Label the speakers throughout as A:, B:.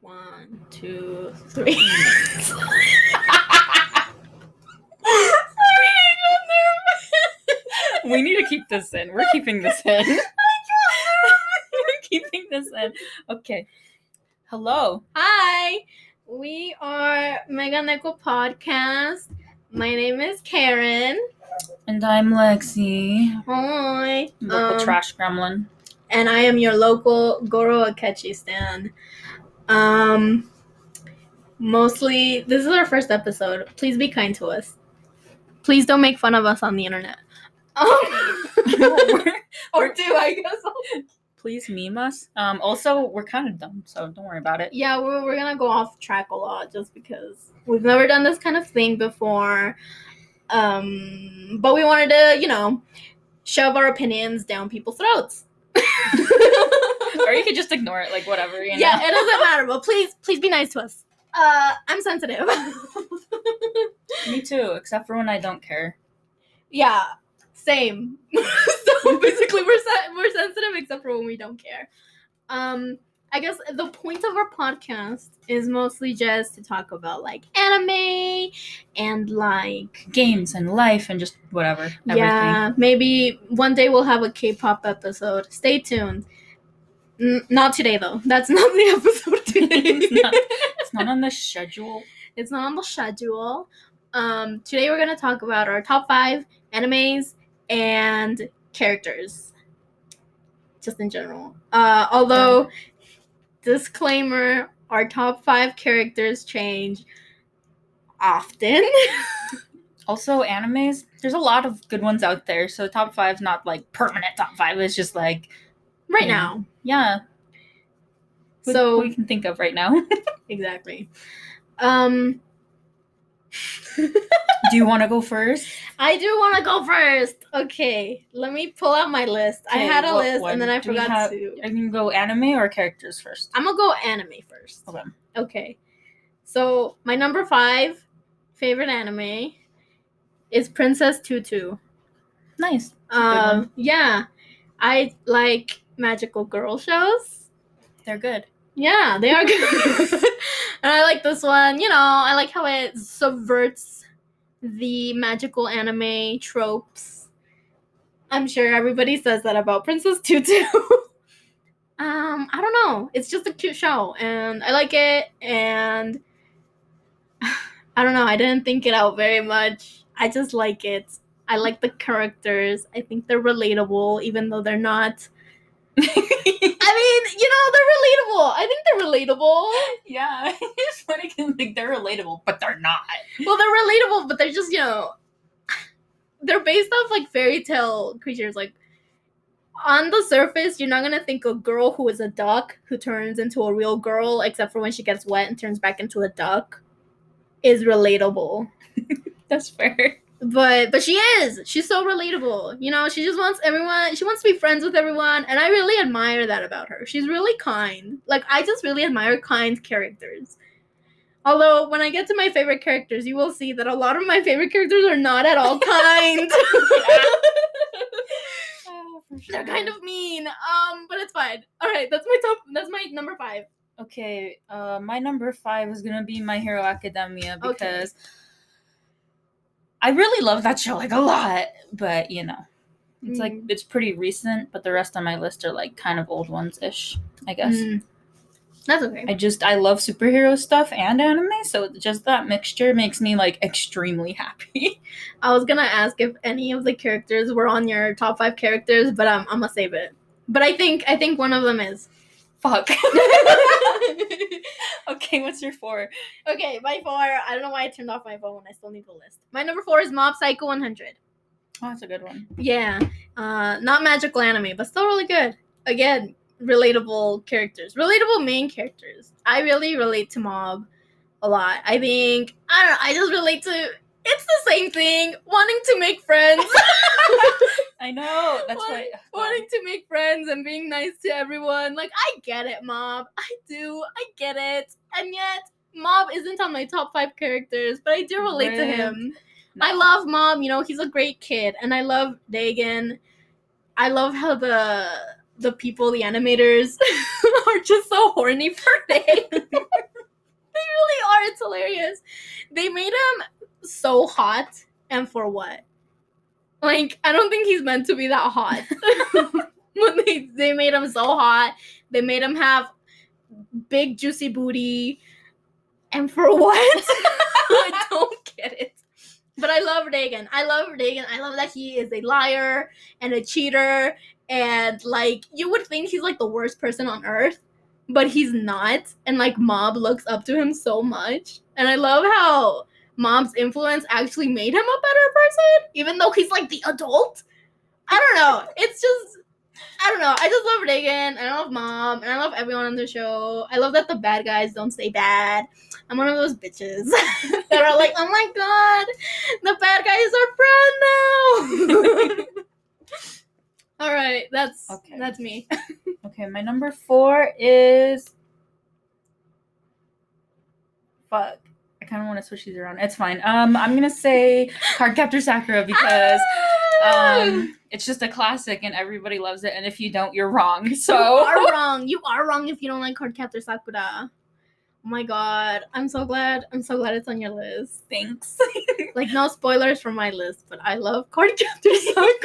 A: One, two, three.
B: We need to keep this in. We're keeping this in. We're keeping this in. Okay. Hello.
A: Hi, we are Mega Neko Podcast. My name is Karen.
B: And I'm Lexi.
A: Hi.
B: Local
A: Um,
B: trash gremlin.
A: and I am your local Goro Akechi stan. Um, mostly, this is our first episode. Please be kind to us. Please don't make fun of us on the internet. Um, or do I guess?
B: Please meme us. Um, also, we're kind of dumb, so don't worry about it.
A: Yeah, we're we're gonna go off track a lot just because we've never done this kind of thing before. Um, but we wanted to, you know, shove our opinions down people's throats.
B: or you could just ignore it, like whatever. You know?
A: Yeah, it doesn't matter, but please, please be nice to us. Uh, I'm sensitive.
B: Me too, except for when I don't care.
A: yeah, same. so basically, we're sen- we're sensitive except for when we don't care. Um, I guess the point of our podcast is mostly just to talk about like anime and like
B: Games and life and just whatever. Everything.
A: yeah, maybe one day we'll have a K-pop episode. Stay tuned. N- not today though. That's not the episode
B: it's,
A: today.
B: not, it's not on the schedule.
A: It's not on the schedule. Um, today we're gonna talk about our top five animes and characters, just in general. Uh, although, disclaimer: our top five characters change often.
B: Also, animes, there's a lot of good ones out there. So, top five's not like permanent top five. It's just like,
A: right
B: Yeah.
A: now,
B: yeah. what-
A: so
B: what we can think of right now.
A: exactly. Um,
B: Do you want to go first?
A: I do want to go first. Okay, let me pull out my list. I
B: Okay,
A: had a
B: what
A: list
B: one
A: and then I
B: do we
A: forgot
B: have?
A: to.
B: I can go anime or characters first.
A: I'm gonna go anime first.
B: Okay.
A: Okay. So my number five favorite anime is Princess Tutu.
B: Nice. good
A: Um, yeah, I like magical girl shows.
B: They're good.
A: Yeah, they are good. and I like this one. You know, I like how it subverts the magical anime tropes. I'm sure everybody says that about Princess Tutu. um, I don't know. It's just a cute show, and I like it. And I don't know. I didn't think it out very much. I just like it. I like the characters. I think they're relatable, even though they're not. I mean, you know, they're relatable. I think they're relatable.
B: yeah. it's funny because like, they're relatable, but they're not.
A: Well, they're relatable, but they're just, you know, they're based off like fairy tale creatures. Like, on the surface, you're not going to think a girl who is a duck who turns into a real girl, except for when she gets wet and turns back into a duck, is relatable.
B: That's fair.
A: but but she is she's so relatable you know she just wants everyone she wants to be friends with everyone and i really admire that about her she's really kind like i just really admire kind characters although when i get to my favorite characters you will see that a lot of my favorite characters are not at all kind they're kind of mean um but it's fine all right that's my top that's my number five
B: Okay, uh, my number five is gonna be My Hero Academia
A: Okay.
B: because I really love that show like a lot, but you know, it's like
A: Mm.
B: it's pretty recent. But the rest on my list are like kind of old ones ish, I guess.
A: Mm. that's okay
B: I just I love superhero stuff and anime, so just that mixture makes me like extremely happy.
A: I was gonna ask if any of the characters were on your top five characters, but um, I'm gonna save it. But I think I think one of them is.
B: Fuck. okay, what's your four?
A: okay, my four. I don't know why I turned off my phone. I still need the list. My number four is Mob Psycho 100.
B: Oh, that's a good one.
A: Yeah, uh, not magical anime, but still really good. Again, relatable characters, relatable main characters. I really relate to Mob a lot. I think I don't know. I just relate to. It's the same thing. Wanting to make friends.
B: I know. That's why.
A: wanting to make friends and being nice to everyone. Like, I get it, Mob. I do. I get it. And yet, Mob isn't on my top five characters, but I do relate to
B: Right.
A: him.
B: No.
A: I love Mob. You know, he's a great kid, and I love Dagon. I love how the the people, the animators, are just so horny for Nick. they really are. It's hilarious. They made him so hot, and for what? Like, I don't think he's meant to be that hot. when they, they made him so hot, they made him have big, juicy booty, and for what? I don't get it. But I love Reagan. I love Reagan. I love that he is a liar and a cheater. And like, you would think he's like the worst person on earth, but he's not. And like, Mob looks up to him so much. And I love how Mom's influence actually made him a better person, even though he's like the adult. I don't know. It's just. I don't know. I just love Reagan. I love mom, and I love everyone on the show. I love that the bad guys don't stay bad. I'm one of those bitches that are like, oh my god, the bad guys are friends now. All right, that's
B: Okay.
A: that's me.
B: Okay, my number four is. Fuck. I kind of want to switch these around. It's fine. Um, I'm gonna say Cardcaptor
A: Ah!
B: Sakura because um, it's just a classic and everybody loves it. And if you don't, you're wrong.
A: you
B: So
A: are wrong. You are wrong if you don't like Cardcaptor Sakura. Oh my god, I'm so glad. I'm so glad it's on your list.
B: thanks.
A: Like no spoilers from my list, but I love Cardcaptor Sakura.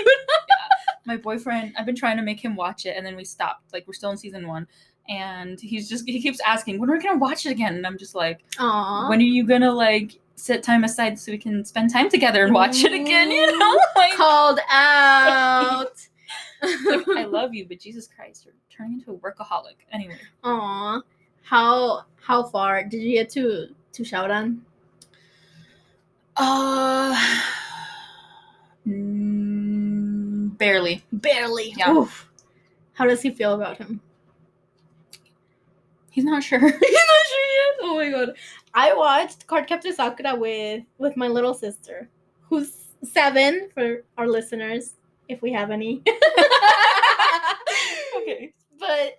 B: my boyfriend i've been trying to make him watch it and then we stopped like we're still in season one and he's just he keeps asking when are we gonna watch it again and i'm just like
A: Aww.
B: when are you gonna like set time aside so we can spend time together and watch it again you know like,
A: called out.
B: like, i love you but jesus christ you're turning into a workaholic anyway
A: Aw, how how far did you get to to Shaoran?
B: uh mm, barely
A: Barely.
B: Yeah.
A: Oof. How does he feel about him?
B: he's not sure
A: He's not sure yet. Oh my god! I watched Cardcaptor Sakura with with my little sister, who's seven for our listeners, if we have any.
B: okay
A: but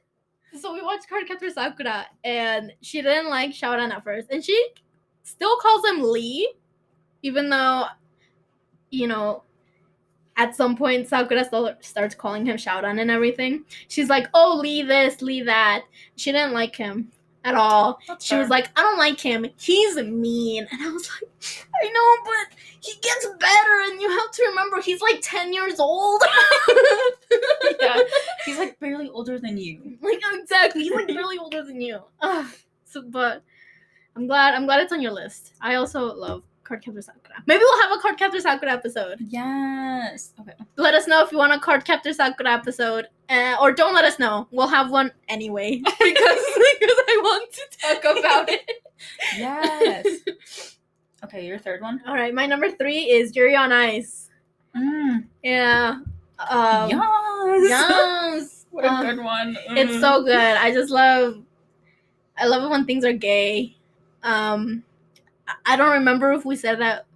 A: so we watched Cardcaptor Sakura, and she didn't like Shaoran at first, and she still calls him Lee, even though, you know, at some point Sakura still starts calling him Shaoran and everything. She's like, "Oh, Lee this, Lee that." She didn't like him at all. She was like, "I don't like him. He's mean," and I was like, "I know, but he gets better, and you have to remember he's like ten years old."
B: yeah he's like barely older than you
A: Like exactly, he's like really older than you. Ugh. So, but I'm glad I'm glad it's on your list. I also love Cardcaptor Sakura. Maybe we'll have a Cardcaptor Sakura episode.
B: yes okay
A: Let us know if you want a Cardcaptor Sakura episode, uh, or don't let us know. We'll have one anyway because because I want to talk about it.
B: Yes. okay, your third one.
A: All right, my number three is Yuri on Ice.
B: Mm.
A: Yeah. Um,
B: yes.
A: yes.
B: What a
A: Um,
B: good one.
A: It's
B: Mm.
A: so good. I just love I love it when things are gay. Um I- I don't remember if we said that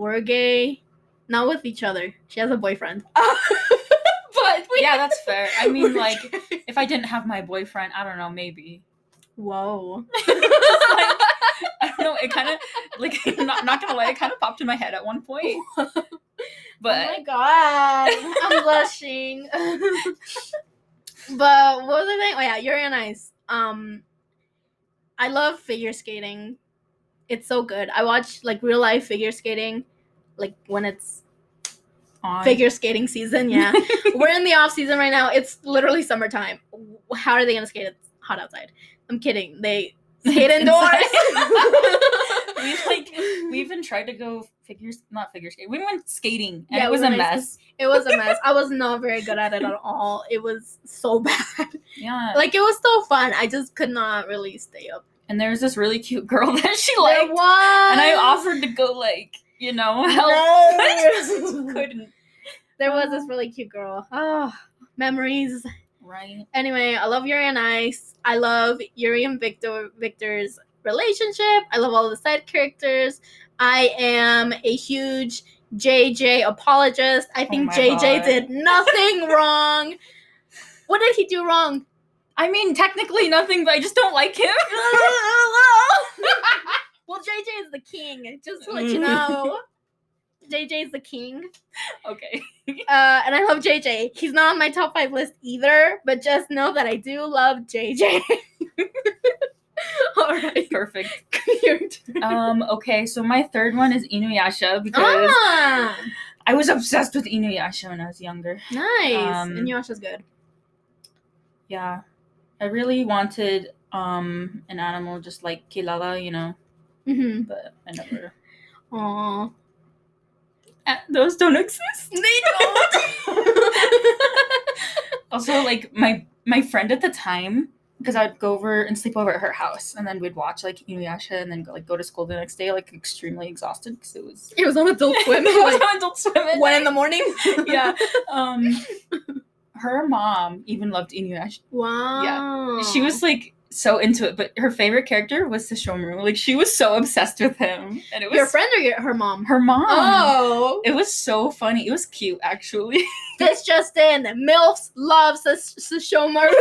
A: we're gay. Not with each other. She has a boyfriend. but we
B: Yeah, that's fair. I mean,
A: we're
B: like,
A: gay.
B: if I didn't have my boyfriend, I don't know, maybe.
A: Whoa.
B: I don't know. It kind of like I'm not not gonna lie, it kind of popped in my head at one point.
A: oh my
B: But
A: god. I'm blushing. but what was I saying? Oh yeah, Yuri on Ice. Um I love figure skating. It's so good. I watch like real life figure skating, like when it's
B: on-
A: figure skating season. Yeah, we're in the off season right now. It's literally summertime. W- How are they gonna skate? It's hot outside. I'm kidding. They skate
B: It's
A: indoors.
B: we like we even tried to go figures, not figure skating. We went skating, and
A: Yeah,
B: it
A: we
B: was a
A: went ice
B: mess.
A: it was a mess. I was not very good at it at all. It was so bad.
B: Yeah,
A: Like it was still fun. I just could not really stay up.
B: and there was this really cute girl that she
A: There
B: liked,
A: was.
B: and I offered to go like you know help.
A: No.
B: couldn't.
A: There was this really cute girl. Oh, memories.
B: Right.
A: Anyway, I love Yuri and Ice. I love Yuri and Victor Victor's relationship. I love all the side characters. I am a huge JJ apologist. I think
B: my
A: JJ
B: God.
A: did nothing wrong. What did he do wrong?
B: I mean, technically nothing, but I just don't like him.
A: Mm. well, JJ is the king, just to let you know. JJ is the king.
B: Okay.
A: Uh, and I love JJ. He's not on my top five list either, but just know that I do love JJ. All right.
B: Perfect.
A: Your turn.
B: Um, okay, so my third one is Inuyasha because
A: ah,
B: I was obsessed with Inuyasha when I was younger.
A: nice.
B: Um,
A: and Yasha's good.
B: Yeah. I really wanted um an animal just like Kilala, you know,
A: Mm-hmm.
B: but I never
A: Aww.
B: Uh, those don't exist.
A: They don't.
B: Also, like my my friend at the time, because I'd go over and sleep over at her house, and then we'd watch like Inuyasha, and then go, like go to school the next day, like extremely exhausted because it was
A: it was on Adult Swim.
B: it was
A: Like,
B: on Adult Swim at
A: one in
B: night.
A: the morning.
B: yeah. Um, her mom even loved Inuyasha.
A: Wow.
B: She was like so into it, but her favorite character was Sashomaru. Like she was so obsessed with him, and it was
A: your friend or your, her mom?
B: her mom.
A: Oh,
B: It was so funny. It was cute, actually.
A: this just in: MILFs love Sas- Sashomaru.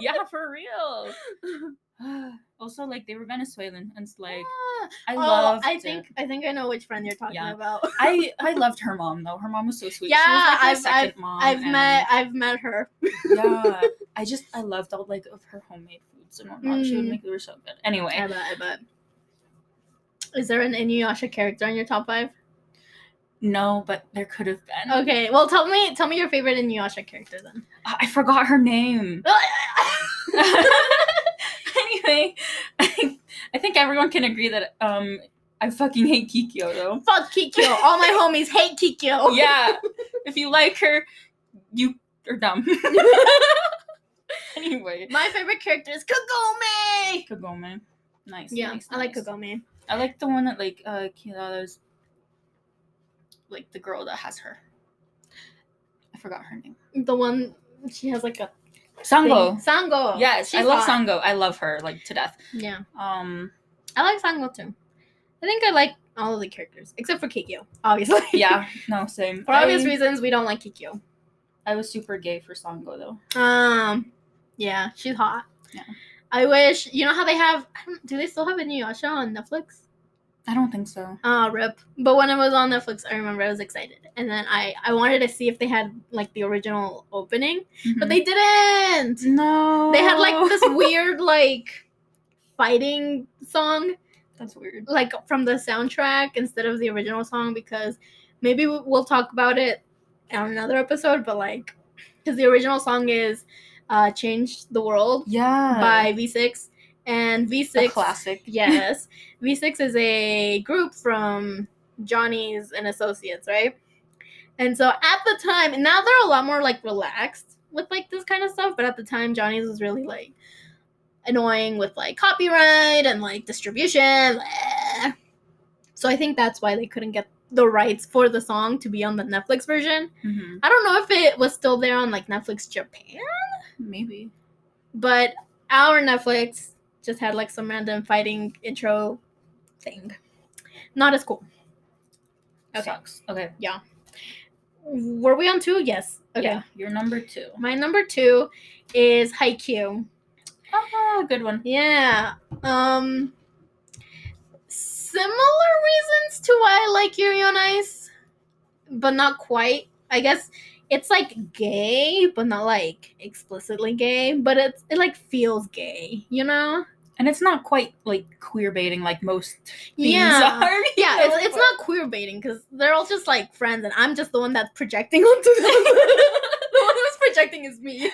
B: yeah, for real. also, like they were Venezuelan, and it's like
A: Ah.
B: I
A: oh,
B: loved
A: I
B: it.
A: think I think I know which friend you're talking
B: Yeah.
A: about.
B: I I loved her mom though. Her mom was so sweet. she was,
A: Yeah,
B: like, my
A: I've-
B: second mom.
A: I've
B: and-
A: met I've met her.
B: yeah, I just I loved all like of her homemade foods and whatnot. She would
A: Mm.
B: make they were so good. Anyway,
A: I bet. I bet. Is there an Inuyasha character in your top five?
B: no, but there could have been.
A: Okay, well tell me tell me your favorite Inuyasha character then.
B: I I forgot her name. anyway, I, I think everyone can agree that um I fucking hate Kikyo though.
A: Fuck Kikyo. All my homies hate Kikyo.
B: Yeah, if you like her, you are dumb. anyway,
A: My favorite character is Kagome.
B: Kagome, nice.
A: Yeah,
B: nice,
A: I like
B: nice.
A: Kagome.
B: I like the one that like uh Kilala's like the girl that has her. I forgot her name.
A: The one she has like a thing-
B: Sango.
A: Sango.
B: Yes, I
A: she's
B: love
A: hot.
B: Sango. I love her like to death.
A: Yeah.
B: Um
A: I like Sango too. I think I like all of the characters except for Kikyo, obviously.
B: yeah, no, same.
A: for obvious
B: I,
A: reasons, we don't like Kikyo.
B: I was super gay for Sango though.
A: Um, yeah, she's hot.
B: Yeah.
A: I wish you know how they have. I don't, do they still have a new Yasha on Netflix?
B: I don't think so.
A: Ah, rip. But when it was on Netflix, I remember I was excited, and then I I wanted to see if they had like the original opening, but they didn't.
B: Mm-hmm. No.
A: They had like this weird like fighting song
B: That's weird.
A: like from the soundtrack instead of the original song because maybe we- we'll talk about it on another episode but like because the original song is uh change the world
B: Yeah.
A: by v6 and v6
B: a classic.
A: yes v6 is a group from johnny's and associates right and so at the time and now they're a lot more like relaxed with like this kind of stuff but at the time johnny's was really like annoying with like copyright and like distribution bleh. so i think that's why they couldn't get the rights for the song to be on the netflix version
B: Mhm.
A: i don't know if it was still there on like netflix japan
B: Maybe.
A: but our Netflix just had like some random fighting intro thing. Not as cool. Okay.
B: Sucks. Okay.
A: Were we on two? Yes. Okay.
B: Yeah, you're number two.
A: My number two is Haikyuu.
B: Ah, good one.
A: Yeah. Um similar reasons to why I like Yuri on Ice, but not quite. I guess it's like gay, but not like explicitly gay, but it's it like feels gay, you know?
B: And it's not quite like queer baiting like most things
A: yeah.
B: are. you
A: Yeah,
B: know,
A: it's, it's
B: but-
A: not queer baiting because they're all just like friends, and I'm just the one that's projecting onto them. the one who's projecting is me.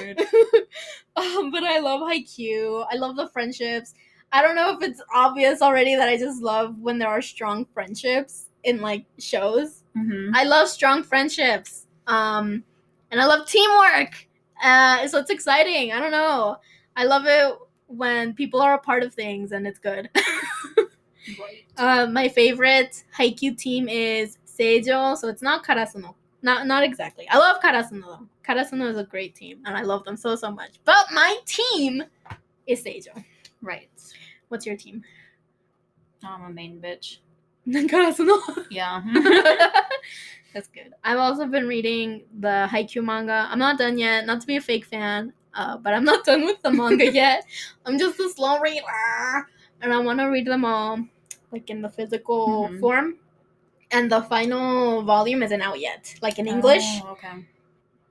B: Rude.
A: um, but I love Haikyuu. I love the friendships. I don't know if it's obvious already that I just love when there are strong friendships in like shows.
B: Mhm.
A: I love strong friendships. Um, and I love teamwork. Uh, so it's exciting. I don't know. I love it when people are a part of things and it's good. Uh, my favorite Haikyuu team is Seijo, so it's not Karasuno. Not not exactly. I love Karasuno though. Karasuno is a great team, and I love them so so much. But my team is Seijo.
B: Right.
A: What's your team?
B: Oh, I'm a main bitch.
A: Karasuno.
B: Yeah. Mm-hmm.
A: That's good. I've also been reading the Haikyuu manga. I'm not done yet. Not to be a fake fan, uh, but I'm not done with the manga yet. I'm just a slow reader, and I want to read them all. like in the physical
B: Mhm.
A: form. And the final volume isn't out yet. Like in English,
B: Oh, okay.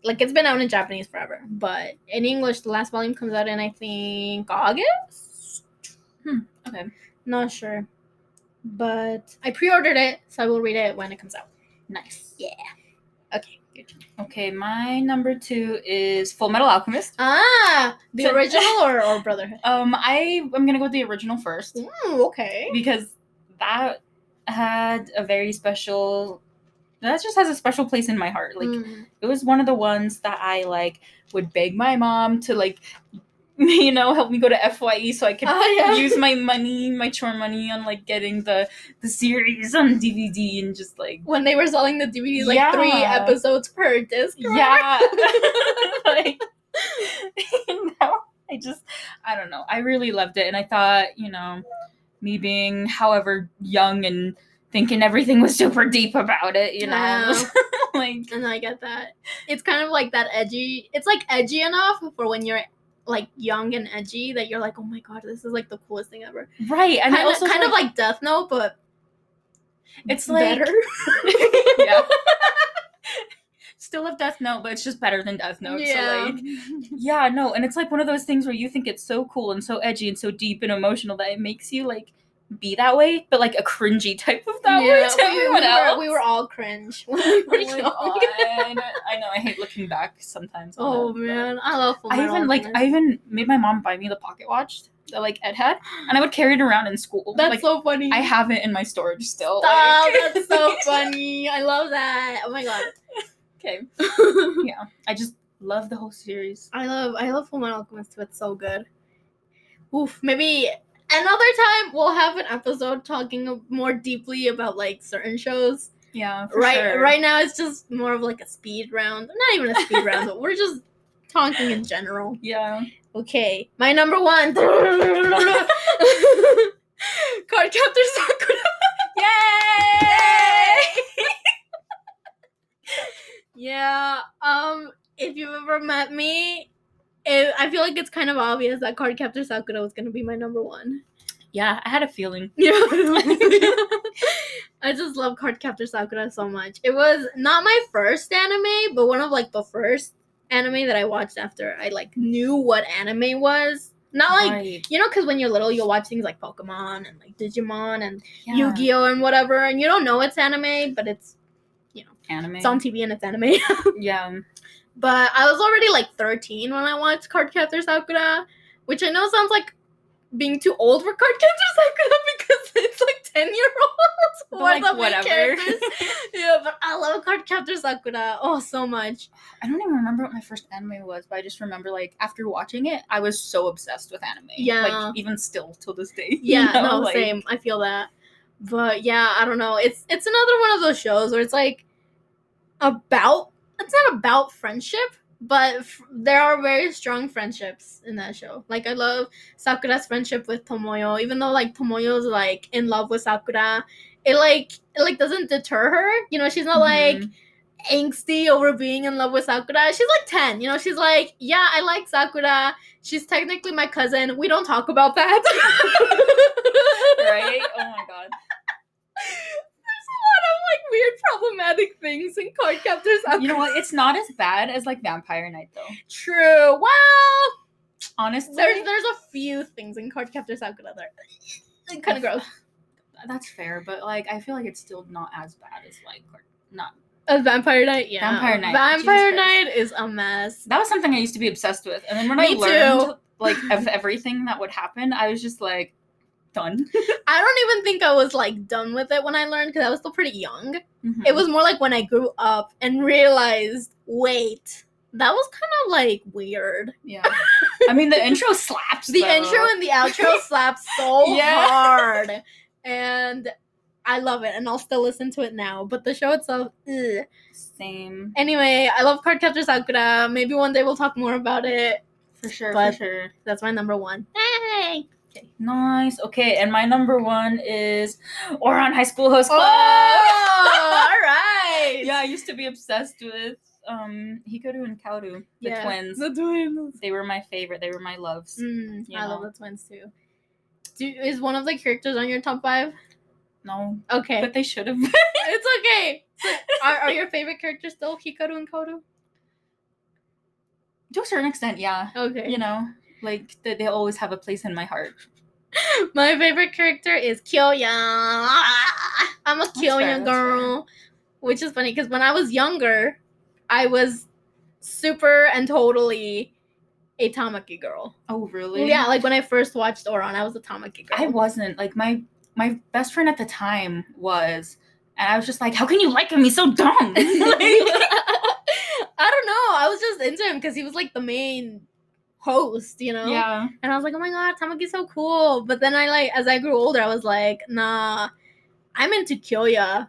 A: like it's been out in Japanese forever, but in English, the last volume comes out in I think August.
B: Hmm, okay.
A: Not sure, but I pre-ordered it, so I will read it when it comes out.
B: Nice.
A: Yeah. Okay. Your turn.
B: Okay, my number two is Full Metal Alchemist.
A: Ah, the
B: So-
A: original or, or Brotherhood?
B: Um, I am gonna go with the original first
A: Mm, okay.
B: because that had a very special. That just has a special place in my heart. Like
A: Mm.
B: it was one of the ones that I like would beg my mom to like, you know, help me go to Fye so I could
A: Ah, yeah.
B: use my money, my chore money on like getting the the series on DVD and just like
A: when they were selling the DVDs, like
B: Yeah.
A: three episodes per disc. or
B: yeah, like you know, I just I don't know. I really loved it, and I thought you know, me being however young and thinking everything was super deep about it, you know,
A: Wow.
B: like
A: And I get that. It's kind of like that edgy. It's like edgy enough for when you're like young and edgy that you're like, oh my god, this is like the coolest thing ever.
B: right,
A: And
B: and I
A: kind,
B: also
A: of, kind of like Death Note, but
B: it's like.
A: better.
B: yeah. Still love Death Note, but it's just better than Death Note. Yeah. So like, yeah, no, and it's like one of those things where you think it's so cool and so edgy and so deep and emotional that it makes you like be that way, but like a cringy type of that way to
A: we, we
B: everyone else.
A: were, we were all cringe when we were
B: Oh my
A: young.
B: God. I know. I hate looking back sometimes. on
A: Oh
B: it, but-
A: man, I love. Full
B: I
A: Metal
B: even like
A: Alchemist.
B: I even made my mom buy me the pocket watch that like Ed had, and I would carry it around in school.
A: That's
B: like,
A: so funny.
B: I have it in my storage still.
A: Stop,
B: like-
A: that's so funny. I love that. Oh my
B: okay.
A: god.
B: Yeah, I just love the whole series.
A: I love I love Full Metal Alchemist too. It's so good. Oof, maybe another time we'll have an episode talking more deeply about like certain shows.
B: Yeah, for
A: Right
B: sure.
A: right now it's just more of like a speed round. Not even a speed round, but we're just talking in general.
B: Yeah.
A: Okay. My number one Card Captor Sakura.
B: Yay!
A: Yeah. Um. If you've ever met me, it, I feel like it's kind of obvious that Card Captor Sakura was gonna be my number one.
B: Yeah, I had a feeling.
A: Yeah. I just love Card Captor Sakura so much. It was not my first anime, but one of like the first anime that I watched after I like knew what anime was. Not like
B: Right.
A: you know, because when you're little, you'll watch things like Pokemon and like Digimon and
B: Yeah.
A: Yu-Gi-Oh and whatever, and you don't know it's anime, but it's
B: anime.
A: it's on TV and it's anime.
B: yeah.
A: But I was already like 13 when I watched Cardcaptor Sakura, which I know sounds like being too old for Cardcaptor Sakura because it's like 10 year olds
B: But,
A: or
B: like,
A: the main
B: whatever.
A: characters. yeah, but I love Cardcaptor Sakura oh so much.
B: I don't even remember what my first anime was, but I just remember like after watching it, I was so obsessed with anime.
A: Yeah.
B: Like even still till this day. you
A: Yeah,
B: know,
A: no,
B: like-
A: same. I feel that. But yeah, I don't know. It's it's another one of those shows where it's like about it's not about friendship, but f- there are very strong friendships in that show. Like I love Sakura's friendship with Tomoyo, even though like Tomoyo's like in love with Sakura, it like it like doesn't deter her. You know, she's not like
B: Mhm.
A: angsty over being in love with Sakura. She's like 10. You know, she's like, yeah, I like Sakura. She's technically my cousin. We don't talk about that.
B: right? Oh my god.
A: There's a lot of like weird problematic things in card captors.
B: You know what? It's not as bad as like Vampire Knight though.
A: True. Well,
B: Honestly.
A: there's there's a few things in card captors Sakura that are kind of gross.
B: that's fair, but like I feel like it's still not as bad as like or not
A: A vampire night, yeah.
B: Vampire Knight,
A: Vampire
B: Jesus Christ.
A: night is a mess.
B: that was something I used to be obsessed with. And then when I
A: Me too.
B: learned like of everything that would happen, I was just like done.
A: I don't even think I was like done with it when I learned because I was still pretty young. It
B: Mhm.
A: was more like when I grew up and realized, wait, that was kind of like weird.
B: yeah. I mean the intro slaps.
A: The
B: though.
A: intro and the outro slap so
B: Yeah.
A: hard, and I love it. And I'll still listen to it now. But the show itself, ugh.
B: same
A: anyway, I love Cardcaptor Sakura. Maybe one day we'll talk more about it.
B: for sure.
A: But-
B: for sure.
A: That's my number one. Hey,
B: Nice. Okay, and my number one is Oron High School Host
A: oh, all
B: Club.
A: Oh! right,
B: Yeah, I used to be obsessed with um Hikaru and Kaoru, the
A: Yeah,
B: twins.
A: the twins.
B: They were my favorite. They were my loves.
A: Mm,
B: You
A: I love
B: know.
A: the twins too. Do, is one of the characters on your top five?
B: No,
A: Okay.
B: but they should have.
A: it's okay. Are, are your favorite characters still Hikaru and Koru?
B: to a certain extent, yeah.
A: Okay.
B: You know, like they, they always have a place in my heart.
A: My favorite character is Kyoya. Ah, I'm a
B: fair,
A: Kyoya
B: that's
A: girl, which is funny because when I was younger, I was super and totally a Tamaki girl.
B: Oh, really?
A: Yeah, like when I first watched Oran, I was a Tamaki girl.
B: I wasn't like my my best friend at the time was, and I was just like, how can you like him? He's so dumb. Like,
A: I don't know. I was just into him because he was like the main host, you know?
B: yeah.
A: And I was like, oh my god, Tamaki's so cool. But then I like as I grew older, I was like, nah, I'm into Kyoya.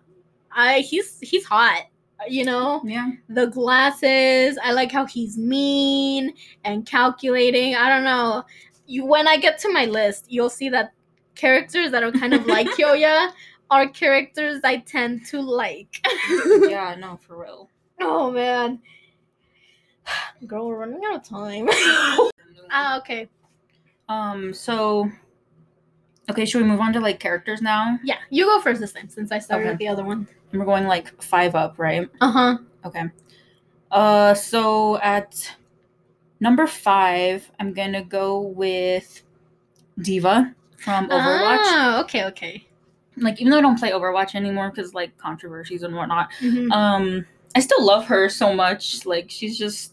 A: I he's he's hot. You know?
B: Yeah.
A: The glasses. I like how he's mean and calculating. I don't know. You when I get to my list, you'll see that characters that are kind of like Kyoya are characters I tend to like.
B: Yeah, no, for real.
A: Oh man. Girl, we're running out of time. ah, okay.
B: Um, so okay, should we move on to like characters now?
A: Yeah, you go first this time since I started
B: Okay.
A: with the other one.
B: And we're going like five up, right?
A: Uh huh.
B: Okay. Uh so at number five, I'm gonna go with Diva from Overwatch.
A: Oh, okay, okay.
B: Like even though I don't play Overwatch anymore because like controversies and whatnot.
A: Mm-hmm.
B: Um I still love her so much. Like she's just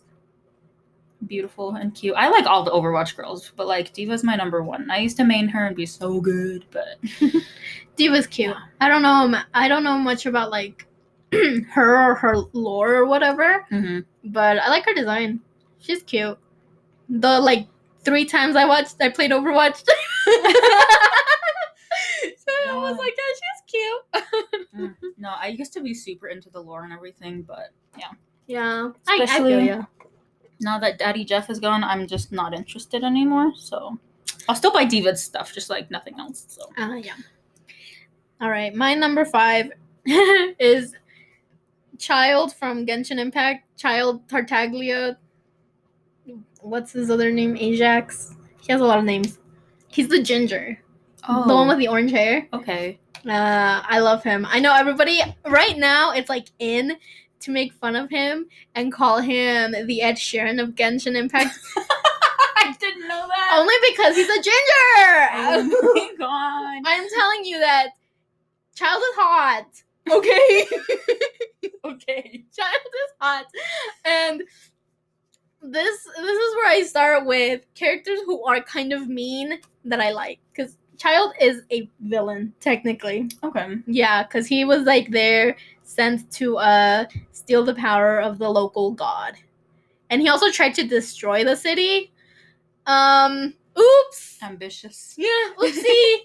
B: beautiful and cute. I like all the Overwatch girls, but like Diva's my number one. I used to main her and be so good, but
A: Diva's Uh, cute. I don't know. m- I don't know much about like her or her lore or whatever,
B: Mhm.
A: but I like her design. She's cute. The like three times I watched, I played Overwatch. so I was
B: Yeah.
A: like, yeah, she's cute.
B: no, I used to be super into the lore and everything, but
A: yeah, I, I feel
B: Especially-
A: ya.
B: now that Daddy Jeff is gone, I'm just not interested anymore. So I'll still buy Diva's stuff, just like nothing else. So
A: Uh, yeah. All right, my number five is Child from Genshin Impact. Child Tartaglia. What's his other name? Ajax. He has a lot of names. He's the ginger,
B: Oh.
A: the one with the orange hair.
B: okay.
A: Uh, I love him. I know everybody right now. It's like in to make fun of him and call him the Ed Sheeran of Genshin Impact,
B: I didn't know that.
A: only because he's a ginger.
B: Oh my
A: I'm telling you that child is hot. Okay.
B: god. Okay.
A: child is hot. And this this is where I start with characters who are kind of mean that I like cuz child is a villain technically.
B: Okay.
A: Yeah, cuz he was like there sent to uh steal the power of the local god. And he also tried to destroy the city. Um oops.
B: Ambitious.
A: Yeah, oopsie.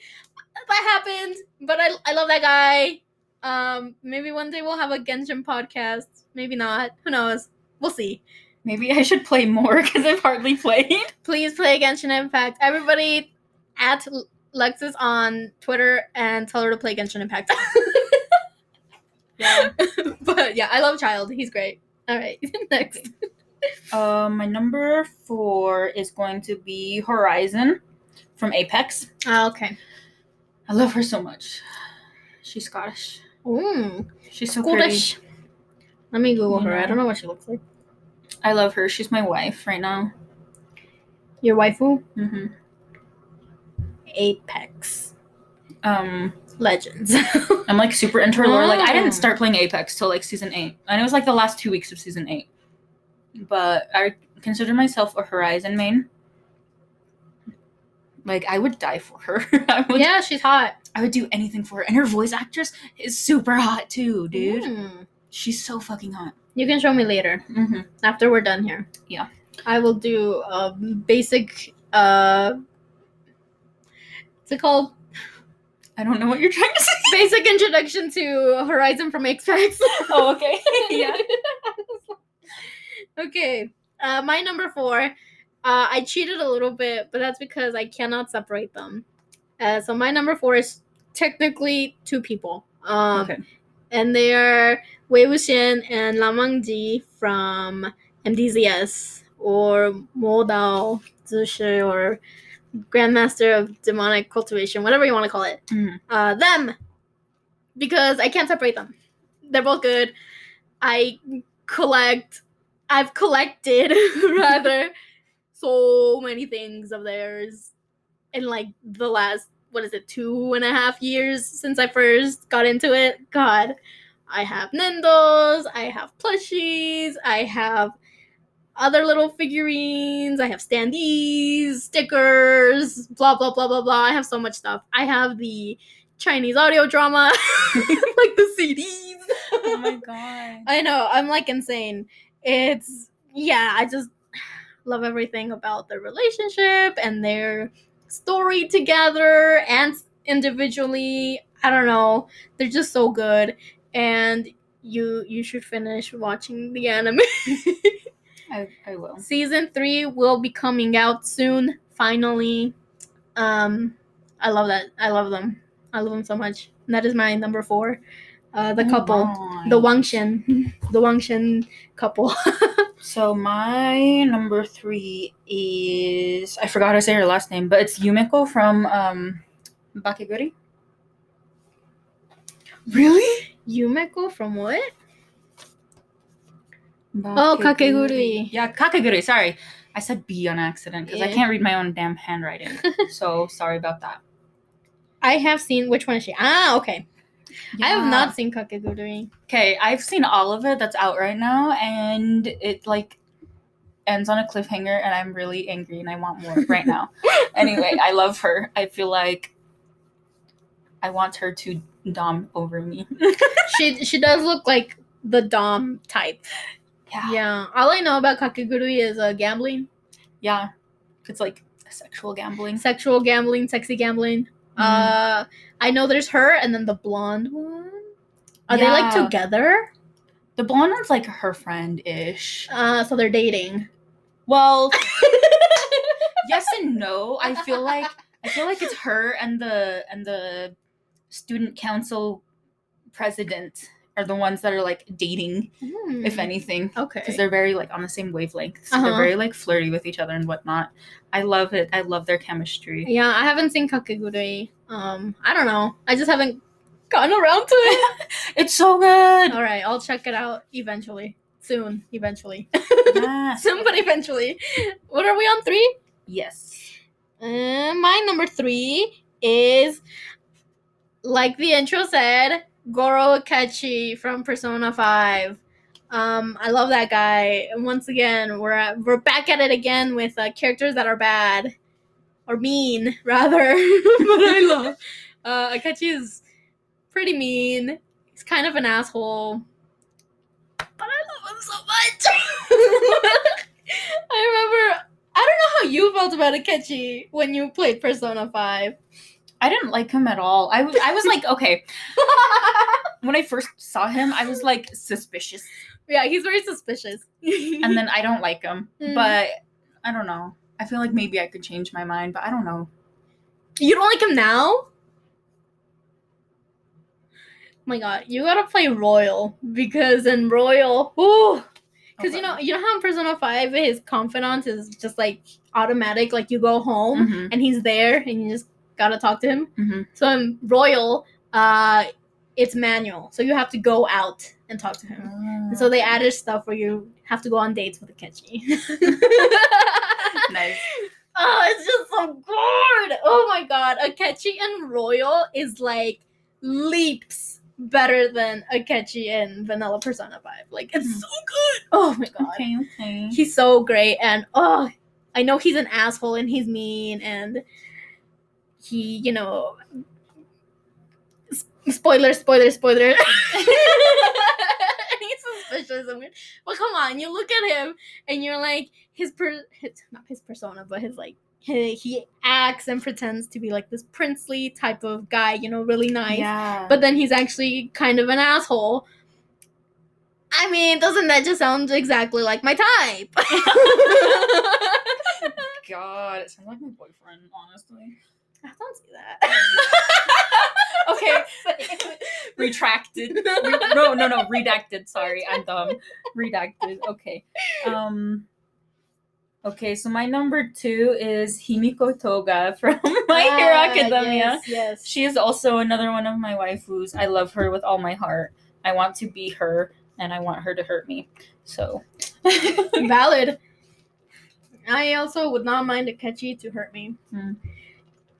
A: that happened. But I, I love that guy. Um, maybe one day we'll have a Genshin podcast. Maybe not. Who knows? We'll see.
B: Maybe I should play more because I've hardly played.
A: Please play Genshin Impact. Everybody at L- Lexus on Twitter and tell her to play Genshin Impact.
B: Yeah.
A: but yeah, I love Child. He's great. All right, next.
B: Uh, my number four is going to be Horizon from Apex.
A: Ah, okay.
B: I love her so much. She's Scottish.
A: Ooh,
B: She's so pretty.
A: Scottish. Let me Google her. I
B: Yeah.
A: don't know what she looks like.
B: I love her. She's my wife right now.
A: Your waifu?
B: hmm
A: Apex
B: Um,
A: Legends.
B: I'm like super into her lore. Like I
A: Oh.
B: didn't start playing Apex till like season eight, and it was like the last two weeks of season eight. But I consider myself a Horizon main. Like I would die for her. I would,
A: yeah, she's hot.
B: I would do anything for her, and her voice actress is super hot too, dude.
A: Mm.
B: She's so fucking hot.
A: You can show me later
B: Mm-hmm.
A: after we're done here.
B: Yeah.
A: I will do a basic. uh What's it called?
B: I don't know what you're trying to say.
A: Basic introduction to Horizon from X Facts.
B: Oh, okay. yeah.
A: okay. Uh, my number four. Uh, I cheated a little bit, but that's because I cannot separate them. Uh, so my number four is technically two people. Um,
B: Okay.
A: and they are Wei Wuxian and Lamang Ji from MDZS or Mo Dao Zushi or Grandmaster of Demonic Cultivation, whatever you want to call it.
B: Mhm.
A: Uh, them because I can't separate them. They're both good. I collect, I've collected rather so many things of theirs in like the last, what is it, two and a half years since I first got into it. God, I have Nendos, I have plushies, I have other little figurines, I have standees, stickers, blah, blah, blah, blah, blah. I have so much stuff. I have the Chinese audio drama, like the CDs.
B: Oh my god.
A: I know, I'm like insane. It's, yeah, I just love everything about their relationship and their story together and individually. I don't know. They're just so good and you you should finish watching the anime.
B: I, I will.
A: Season 3 will be coming out soon finally. Um I love that. I love them. I love them so much. And that is my number 4. Uh, the
B: Oh
A: couple,
B: my.
A: the Wangshin, the Wangshin couple.
B: So my number three is I forgot how to say her last name, but it's Yumiko from um Bakigori.
A: Really? Yumeko from what? Oh, Kakegurui.
B: Yeah, Kakegurui. Sorry, I said B on accident because I
A: Yeah.
B: can't read my own damn handwriting. so sorry about that.
A: I have seen which one is she? Ah, okay. I have
B: Yeah.
A: not seen Kakegurui.
B: Okay, I've seen all of it that's out right now, and it like ends on a cliffhanger, and I'm really angry and I want more right now. anyway, I love her. I feel like I want her to dom over me.
A: she she does look like the dom type. Yeah. All I know about Kakegurui is uh, gambling,
B: yeah. It's like sexual gambling.
A: sexual gambling, sexy gambling.
B: Mm.
A: Uh, I know there's her and then the blonde one. Are they like
B: Yeah.
A: together?
B: the blonde one's like her friend ish.
A: Uh, so they're dating.
B: Well, yes and no. I feel like I feel like it's her and the and the student council president are the ones that are like dating,
A: Hmm.
B: if anything, because
A: Okay.
B: they're very like on the same wavelength. So
A: Uh-huh.
B: They're very like flirty with each other and whatnot. I love it. I love their chemistry.
A: Yeah, I haven't seen Kakegurui. Um, I don't know. I just haven't gotten around to it.
B: It's so good.
A: All right, I'll check it out eventually. Soon, eventually.
B: Oh, yes.
A: Soon, but eventually. What are we on three?
B: yes.
A: Uh, my number three is, like the intro said, Goro Akechi from Persona 5. Um, I love that guy. And once again, we're, at, we're back at it again with uh, characters that are bad. Or mean, rather. but I love. Uh, Akechi is pretty mean. He's kind of an asshole. But I love him so much! I remember I don't know how you felt about Akechi when you played Persona 5.
B: I didn't like him at all. I was I was like, okay. When I first saw him, I was like suspicious.
A: yeah, he's very suspicious.
B: and then I don't like him.
A: Mm.
B: But I don't know. I feel like maybe I could change my mind, but I don't know.
A: you don't like him now? Oh my god, you gotta play Royal because in Royal, ooh, because you know, you know how in Persona 5 his confidant is just like automatic, like you go home
B: hmm
A: and he's there and you just gotta talk to him.
B: hmm
A: So in Royal, uh, it's manual, so you have to go out and talk to him. And so they added stuff where you have to go on dates with a catchy. oh,
B: nice.
A: it's just so good. Oh my god, Akechi and Royal is like leaps better than Akechi and Vanilla Persona 5. Like it's
B: Mhm.
A: so good. Oh my god.
B: Okay, okay.
A: He's so great and oh, I know he's an asshole and he's mean and he, you know, s- spoiler, spoiler, spoiler. he's suspicious and weird. But come on, you look at him and you're like his per, his, not his persona, but his like he, he acts and pretends to be like this princely type of guy, you know, really nice.
B: Yeah.
A: But then he's actually kind of an asshole. I mean, doesn't that just sound exactly like my type?
B: God, it sounds like my boyfriend, honestly.
A: I don't see that.
B: Okay. Retracted. Re- no, no, no. Redacted. Sorry, I'm dumb. Redacted. Okay. Um. Okay, so my number two is Himiko Toga from My Hero Academia.
A: Ah, Yes, yes.
B: She is also another one of my waifus. I love her with all my heart. I want to be her, and I want her to hurt me. So,
A: Valid. I also would not mind Akechi to hurt me.
B: Hmm.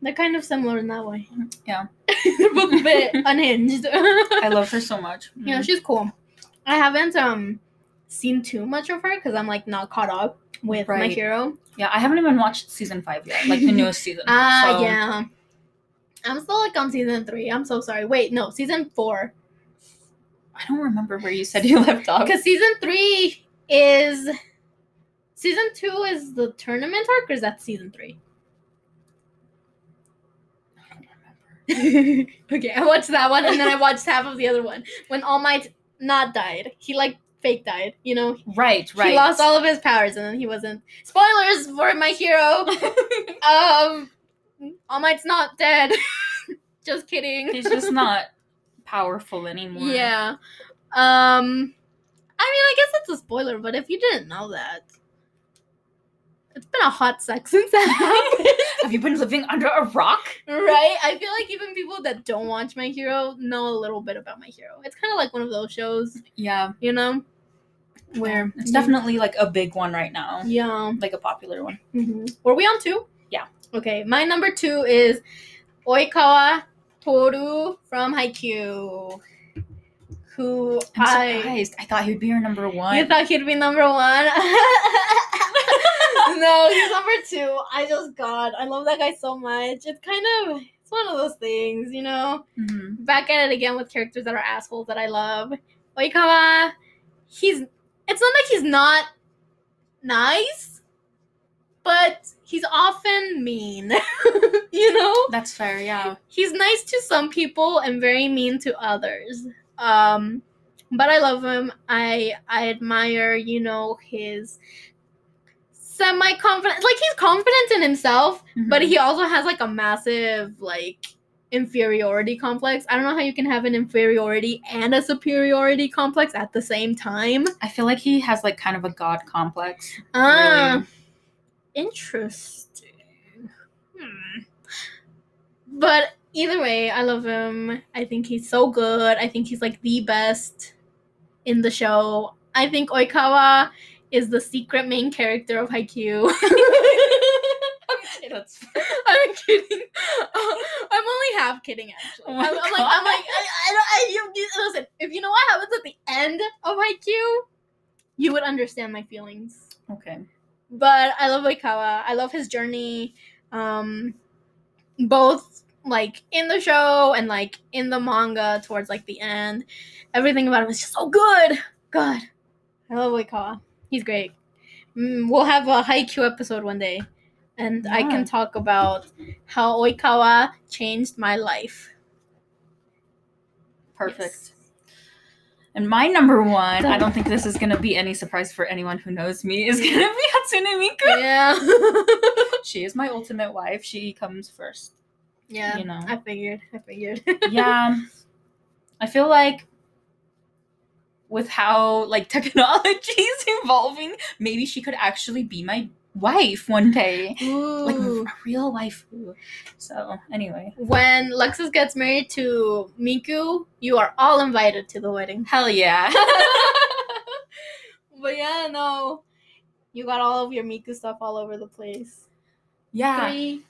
A: They're kind of similar in that way.
B: Yeah.
A: They're both a bit unhinged.
B: I love her so much.
A: Yeah, she's cool. I haven't um seen too much of her because I'm like not caught up with my
B: Right.
A: hero.
B: Mm-hmm. Yeah, I haven't even watched season five yet, like the newest season.
A: Ah,
B: So,
A: yeah. I'm still like on season three. I'm so sorry. Wait, no, season four.
B: I don't remember where you said you left off.
A: Because season three is season two is the tournament arc, or is that season three? okay, I watched that one, and then I watched half of the other one. When All Might not died, he like fake died. You know,
B: Right, right.
A: he lost all of his powers, and then he wasn't. Spoilers for my hero. um, All Might's not dead. Just kidding.
B: He's just not powerful anymore.
A: Yeah. Um I mean, I guess it's a spoiler, but if you didn't know that, it's been a hot sec since that happened.
B: Have you been living under a rock?
A: right? I feel like even people that don't watch My Hero know a little bit about My Hero. It's kind of like one of those shows,
B: Yeah,
A: you know, where
B: it's definitely like a big one right now,
A: yeah.
B: like a popular one.
A: Mhm. Were we on two?
B: Yeah.
A: Okay, my number two is Oikawa Toru from Haikyuu, who
B: I'm
A: I
B: surprised. I thought he would be your number one.
A: You thought he'd be number one? no, he's number two. I just God, I love that guy so much. It's kind of it's one of those things, you know.
B: Mhm.
A: Back at it again with characters that are assholes that I love. Oikawa, he's it's not like he's not nice, but he's often mean. you know?
B: That's fair. Yeah.
A: he's nice to some people and very mean to others. Um, but I love him. I I admire, you know, his semi confident. Like he's confident in himself, but
B: Mhm.
A: he also has like a massive like inferiority complex. I don't know how you can have an inferiority and a superiority complex at the same time.
B: I feel like he has like kind of a god complex.
A: Ah, interesting. Hmm. But either way, I love him. I think he's so good. I think he's like the best in the show. I think Oikawa is the secret main character of Haikyuu.
B: Really. That's fair.
A: I'm kidding. I'm only half kidding, actually.
B: Oh my
A: I'm, I'm like, I'm like, I, I don't. I, you, you- listen, if you know what happens at the end of Haikyuu, you would understand my feelings
B: Okay.
A: but I love Oikawa. I love his journey, um, both like in the show and like in the manga towards like the end. Everything about him is just so good. God, I love Oikawa. He's great. Mm, we'll have a Haikyuu episode one day, and I
B: Yeah.
A: can talk about how Oikawa changed my life.
B: Perfect.
A: Yes.
B: And my number one, I don't think this is gonna be any surprise for anyone who knows me, is gonna be Hatsune Miku.
A: Yeah.
B: She is my ultimate wife. She comes first.
A: yeah.
B: You know.
A: I figured. I figured.
B: yeah i feel like with how like technology is evolving maybe she could actually be my wife one day like
A: Ooh.
B: a real wife so anyway
A: when Lexus gets married to Miku, you are all invited to the wedding.
B: hell yeah
A: But yeah, no. You got all of your Miku stuff all over the place.
B: yeah
A: Three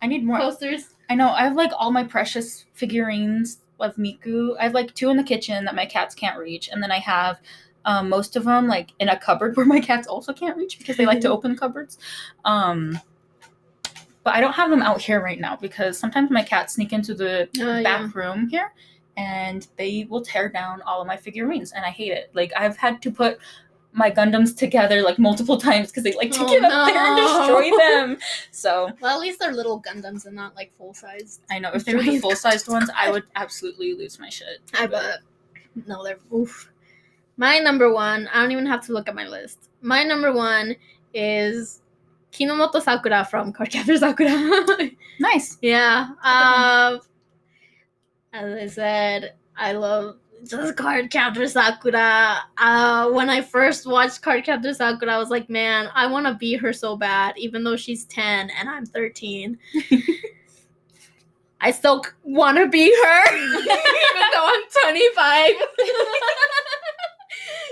B: i need more
A: posters.
B: i know i have like all my precious figurines of miku i have like two in the kitchen that my cats can't reach and then i have um, most of them like in a cupboard where my cats also can't reach because they like to open cupboards um but i don't have them out here right now because sometimes my cats sneak into the
A: Uh, yeah.
B: back room here and they will tear down all of my figurines and i hate it like i've had to put my gundams together like multiple times because they like to
A: Oh,
B: get up there and destroy
A: no.
B: them so
A: Well, at least they're little Gundams and not like full size.
B: i know if they were the full-sized ones i would absolutely lose my shit
A: I bet. No, they're oof. My number one, I don't even have to look at my list. My number one is Kinomoto Sakura from Card Captor Sakura.
B: nice
A: Yeah. Um,
B: one.
A: as I said, I love just Card Captor Sakura. Uh, when I first watched Card Captor Sakura, I was like, man, I want to be her so bad, even though she's 10 and I'm 13. I still want to be her, even though I'm 25.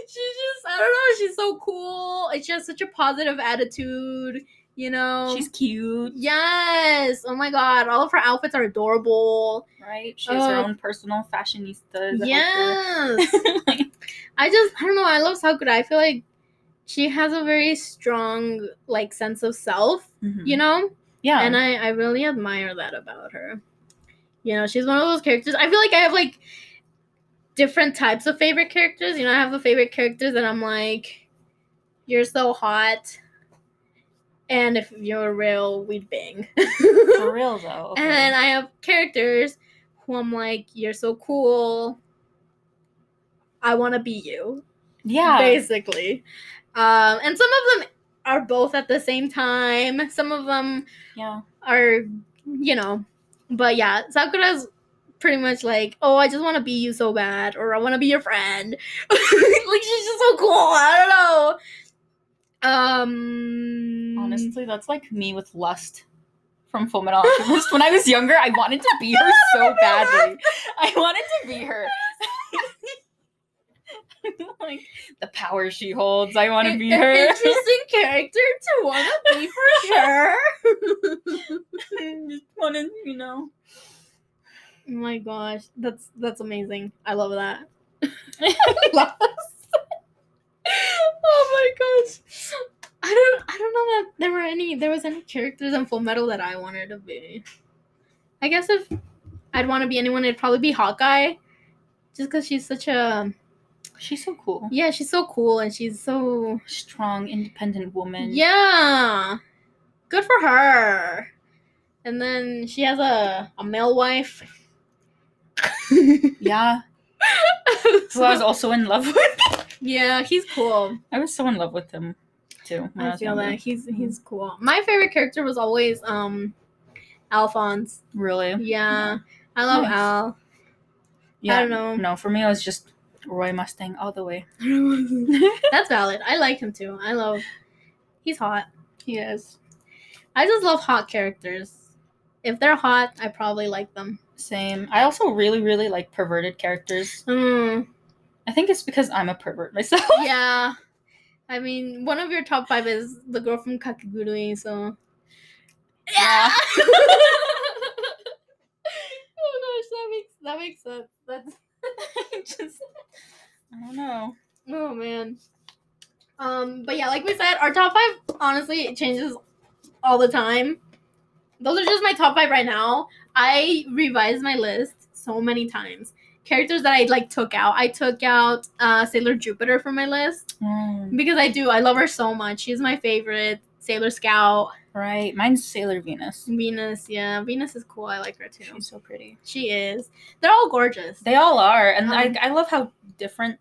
A: she's just, I don't know, she's so cool. And she has such a positive attitude, you know?
B: She's cute,
A: Yes. Oh my god. All of her outfits are adorable.
B: right? She has her
A: Oh.
B: own personal fashionista.
A: Yes.
B: Like-
A: I just I don't know, I love Sakura. I feel like she has a very strong like sense of self, you know?
B: Mm-hmm. yeah.
A: And I, I really admire that about her. You know, she's one of those characters. I feel like I have like different types of favorite characters. You know, I have the favorite characters that I'm like, you're so hot. And if you're real, we'd bang.
B: For real though. okay.
A: And uh, then I have characters who I'm like, you're so cool. I want to be you,
B: yeah.
A: basically. Um, and some of them are both at the same time. Some of them
B: yeah.
A: are, you know, but yeah, Sakura's pretty much like, oh, I just want to be you so bad, or I want to be your friend. like she's just so cool. I don't know. Um,
B: Honestly, that's like me with lust from Fullmetal Alchemist. when I was younger, I wanted to be her so badly. I wanted to be her. like the power she holds, I want to
A: an-
B: be
A: an
B: her.
A: interesting character to want to be for sure.
B: Just wanted, you know.
A: Oh my gosh, that's that's amazing. I love that. oh my gosh. I don't I don't know that there were any there was any characters in Full Metal that I wanted to be. I guess if I'd want to be anyone, it'd probably be Hawkeye. Just because she's such a
B: She's so cool.
A: yeah, she's so cool and she's so
B: Strong, independent woman.
A: yeah, good for her. And then she has a a male wife.
B: Yeah. Who I was also in love with.
A: Yeah, he's cool.
B: I was so in love with him too. when
A: I
B: was
A: feel
B: younger.
A: that he's
B: Mm.
A: he's cool. My favorite character was always um Alphonse.
B: Really?
A: Yeah. I love
B: Nice.
A: Al.
B: Yeah.
A: don't know.
B: No, for me, it was just Roy Mustang all the way.
A: That's valid. I like him too. I love he's hot.
B: He is.
A: I just love hot characters. If they're hot, I probably like them.
B: Same. I also really, really like perverted characters.
A: Mm,
B: I think it's because I'm a pervert myself.
A: yeah. I mean, one of your top five is the girl from Kakigurui, so
B: Yeah.
A: oh gosh, that makes that makes sense. That's
B: just, I don't know.
A: Oh man. Um, but yeah, like we said, our top five honestly it changes all the time. Those are just my top five right now. I revised my list so many times. Characters that I like took out. I took out uh, Sailor Jupiter from my list
B: Mm,
A: because I do. I love her so much. She's my favorite. Sailor Scout,
B: right. Mine's Sailor Venus.
A: Venus. Yeah, Venus is cool. I like her too.
B: She's so pretty.
A: She is. They're all gorgeous.
B: They all are, and
A: Um,
B: like I love how different,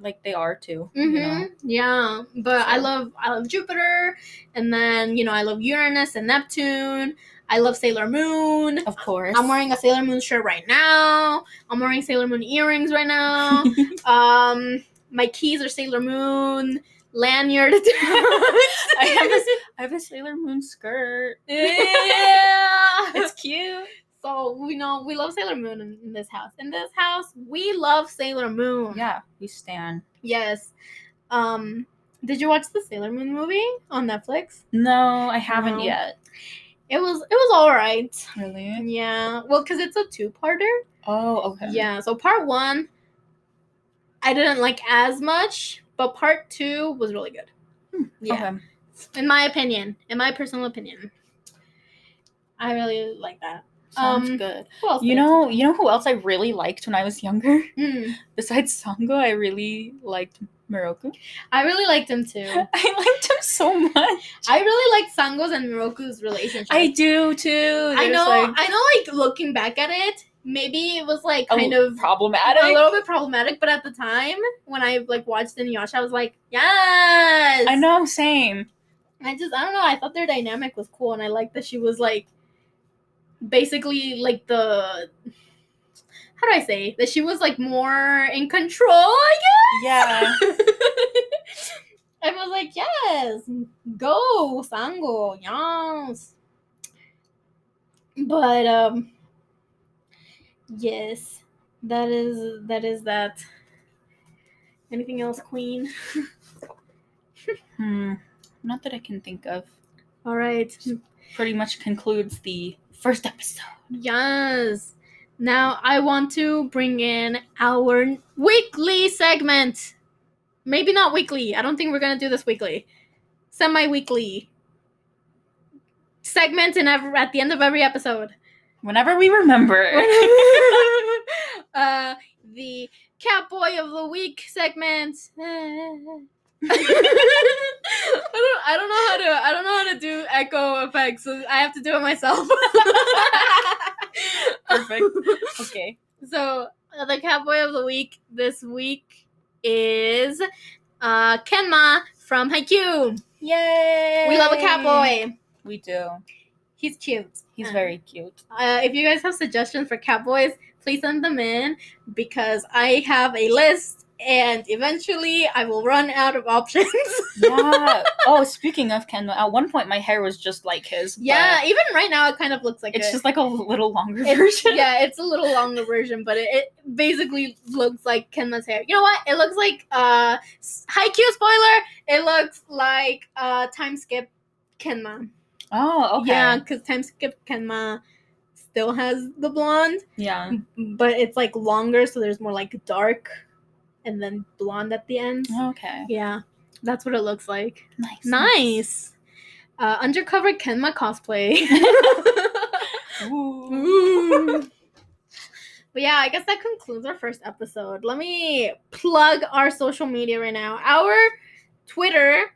B: like they are too. you
A: Mm-hmm.
B: know?
A: Yeah, but I
B: So-
A: love I love Jupiter, and then you know I love Uranus and Neptune. I love Sailor Moon.
B: Of course.
A: I'm wearing a Sailor Moon shirt right now. I'm wearing Sailor Moon earrings right now. um, my keys are Sailor Moon lanyard.
B: I have a, I have a Sailor Moon skirt.
A: yeah.
B: It's cute.
A: So we know we love Sailor Moon in, in this house. In this house, we love Sailor Moon.
B: Yeah, we stand.
A: Yes. Um, did you watch the Sailor Moon movie on Netflix?
B: No, I haven't
A: No.
B: yet.
A: It was it was all right.
B: Really?
A: Yeah. Well, because it's a two-parter.
B: Oh, okay.
A: Yeah. So part one, I didn't like as much, but part two was really good. Yeah.
B: Hmm, Okay.
A: In my opinion, in my personal opinion, I really like that.
B: Sounds
A: Um,
B: good.
A: Who else
B: You
A: did?
B: know, you know who else I really liked when I was younger?
A: Mm.
B: Besides Sango, I really liked Miroku.
A: I really liked him too.
B: I liked him so much.
A: I really liked Sango's and Miroku's relationship.
B: I do too. There's
A: I know.
B: like,
A: I know. Like looking back at it, maybe it was like
B: a
A: kind of
B: problematic.
A: a little bit problematic, but at the time when I like watched Inuyasha, I was like, yes.
B: I know, same.
A: I just I don't know. I thought their dynamic was cool, and I liked that she was like basically like the how do I say that she was like more in control, I
B: Yeah.
A: guess. I was like, yes, go, Sango, yes. But um yes, that is that is that. Anything else, Queen?
B: Hmm. Not that I can think of.
A: All right.
B: Pretty much concludes the first episode.
A: Yes. Now I want to bring in our weekly segment. Maybe not weekly. I don't think we're gonna do this weekly. Semi-weekly segment in every, at the end of every episode.
B: Whenever we remember.
A: uh, the Catboy of the Week segment. I don't. I don't know how to. I don't know how to do echo effects. So I have to do it myself. Uh,
B: Perfect. okay.
A: So uh, the cowboy of the week this week is uh Kenma from Haikyuu.
B: Yay!
A: We love a cowboy.
B: We do.
A: He's cute.
B: He's
A: Uh,
B: very cute.
A: Uh, if you guys have suggestions for cowboys, please send them in because I have a list and eventually I will run out of options.
B: Yeah. oh, speaking of Ken, at one point my hair was just like his. but
A: yeah, even right now it kind of looks like
B: It's
A: it.
B: just like a little longer
A: It's-
B: version.
A: yeah, it's a little longer version, but it, it basically looks like Kenma's hair. You know what? It looks like uh Haikyuu spoiler. It looks like uh time skip Kenma.
B: Oh, okay.
A: Yeah, because time skip Kenma still has the blonde,
B: Yeah.
A: but it's like longer, so there's more like dark and then blonde at the end.
B: Oh. Okay.
A: Yeah, that's what it looks like.
B: Nice.
A: Nice. Uh, undercover Kenma cosplay.
B: Ooh.
A: Ooh. but yeah, I guess that concludes our first episode. Let me plug our social media right now. Our Twitter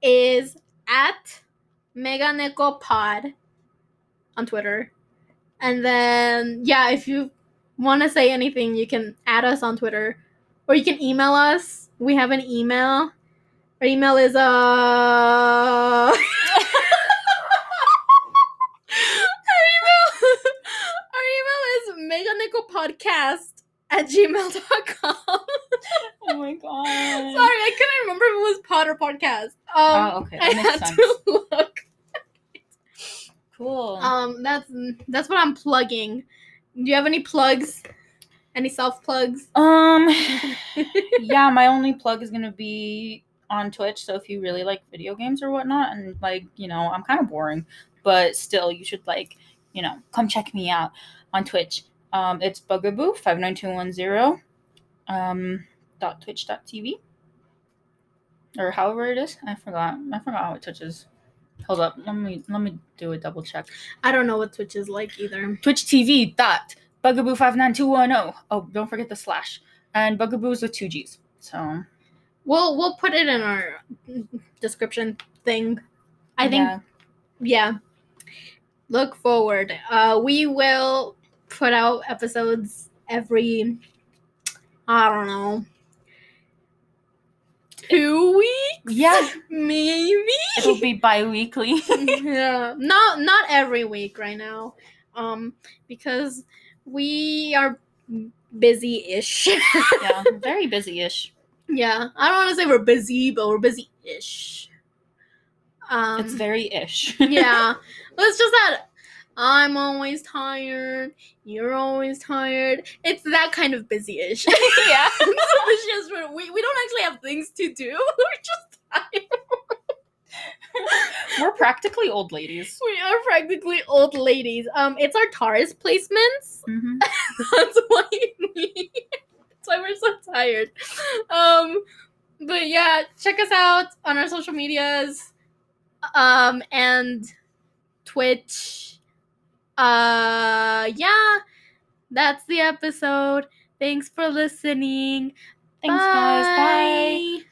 A: is at MeganecoPod on Twitter. And then, yeah, if you want to say anything, you can add us on Twitter or you can email us. We have an email. Our email is uh. our email our email is meganickelpodcast at gmail.com
B: Oh my god.
A: sorry i couldn't remember if it was pod or podcast um
B: Oh, okay.
A: i
B: That
A: had
B: makes sense. Oh.
A: to look
B: Cool.
A: um that's that's what i'm plugging do you have any plugs any self plugs
B: Um, yeah, my only plug is gonna be on Twitch. So if you really like video games or whatnot, and like you know, I'm kind of boring, but still, you should like you know come check me out on Twitch. Um, it's Bugaboo five nine two one zero, um, dot Twitch dot TV, or however it is. I forgot. I forgot how it touches. Hold up. Let me let me do a double check.
A: i don't know what twitch is like either
B: Twitch TV dot Bugaboo five nine two one zero. Oh, don't forget the slash. And Bugaboo is with two G's. So
A: we'll we'll put it in our description thing i think yeah
B: yeah.
A: look forward uh we will put out episodes every i don't know two weeks
B: yeah,
A: maybe
B: it'll be bi-weekly.
A: yeah not not every week right now um because we are busy-ish
B: yeah, very busy-ish.
A: yeah i don't want to say we're busy but we're busy-ish um
B: it's very ish.
A: yeah. Well, it's just that I'm always tired. You're always tired. It's that kind of busy ish.
B: yeah.
A: it's just when we, we don't actually have things to do. We're just tired.
B: We're practically old ladies.
A: We are practically old ladies. Um, it's our Taurus placements.
B: Mm-hmm.
A: That's why we, that's why we're so tired. Um, but yeah, check us out on our social medias, um, and Twitch. Uh, yeah, that's the episode. Thanks for listening.
B: Thanks, guys. Bye.
A: Bye.